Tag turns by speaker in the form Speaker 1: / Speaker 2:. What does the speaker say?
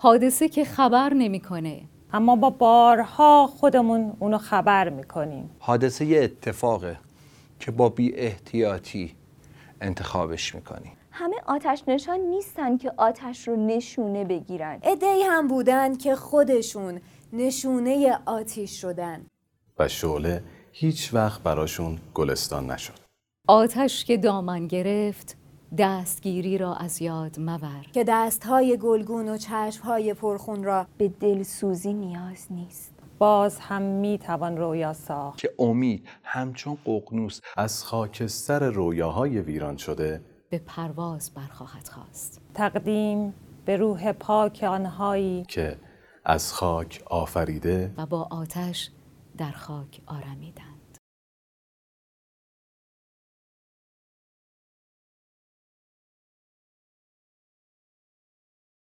Speaker 1: حادثه که خبر نمیکنه
Speaker 2: اما با بارها خودمون اونو خبر میکنیم
Speaker 3: حادثه یه اتفاقه که با بی احتیاطی انتخابش میکنی
Speaker 4: همه آتش نشان نیستن که آتش رو نشونه بگیرن
Speaker 5: ادهی هم بودن که خودشون نشونه آتیش شدن
Speaker 6: و شعله هیچ وقت براشون گلستان نشد
Speaker 1: آتش که دامن گرفت دستگیری را از یاد مبر
Speaker 5: که دستهای گلگون و چشمهای پرخون را
Speaker 4: به دلسوزی نیاز نیست
Speaker 2: باز هم میتوان رویا ساخت
Speaker 3: که امید همچون ققنوس
Speaker 6: از خاکستر رویاهای ویران شده
Speaker 1: به پرواز برخواهد خواست
Speaker 2: تقدیم به روح پاک آنهایی
Speaker 6: که از خاک آفریده
Speaker 1: و با آتش در خاک آرمیدن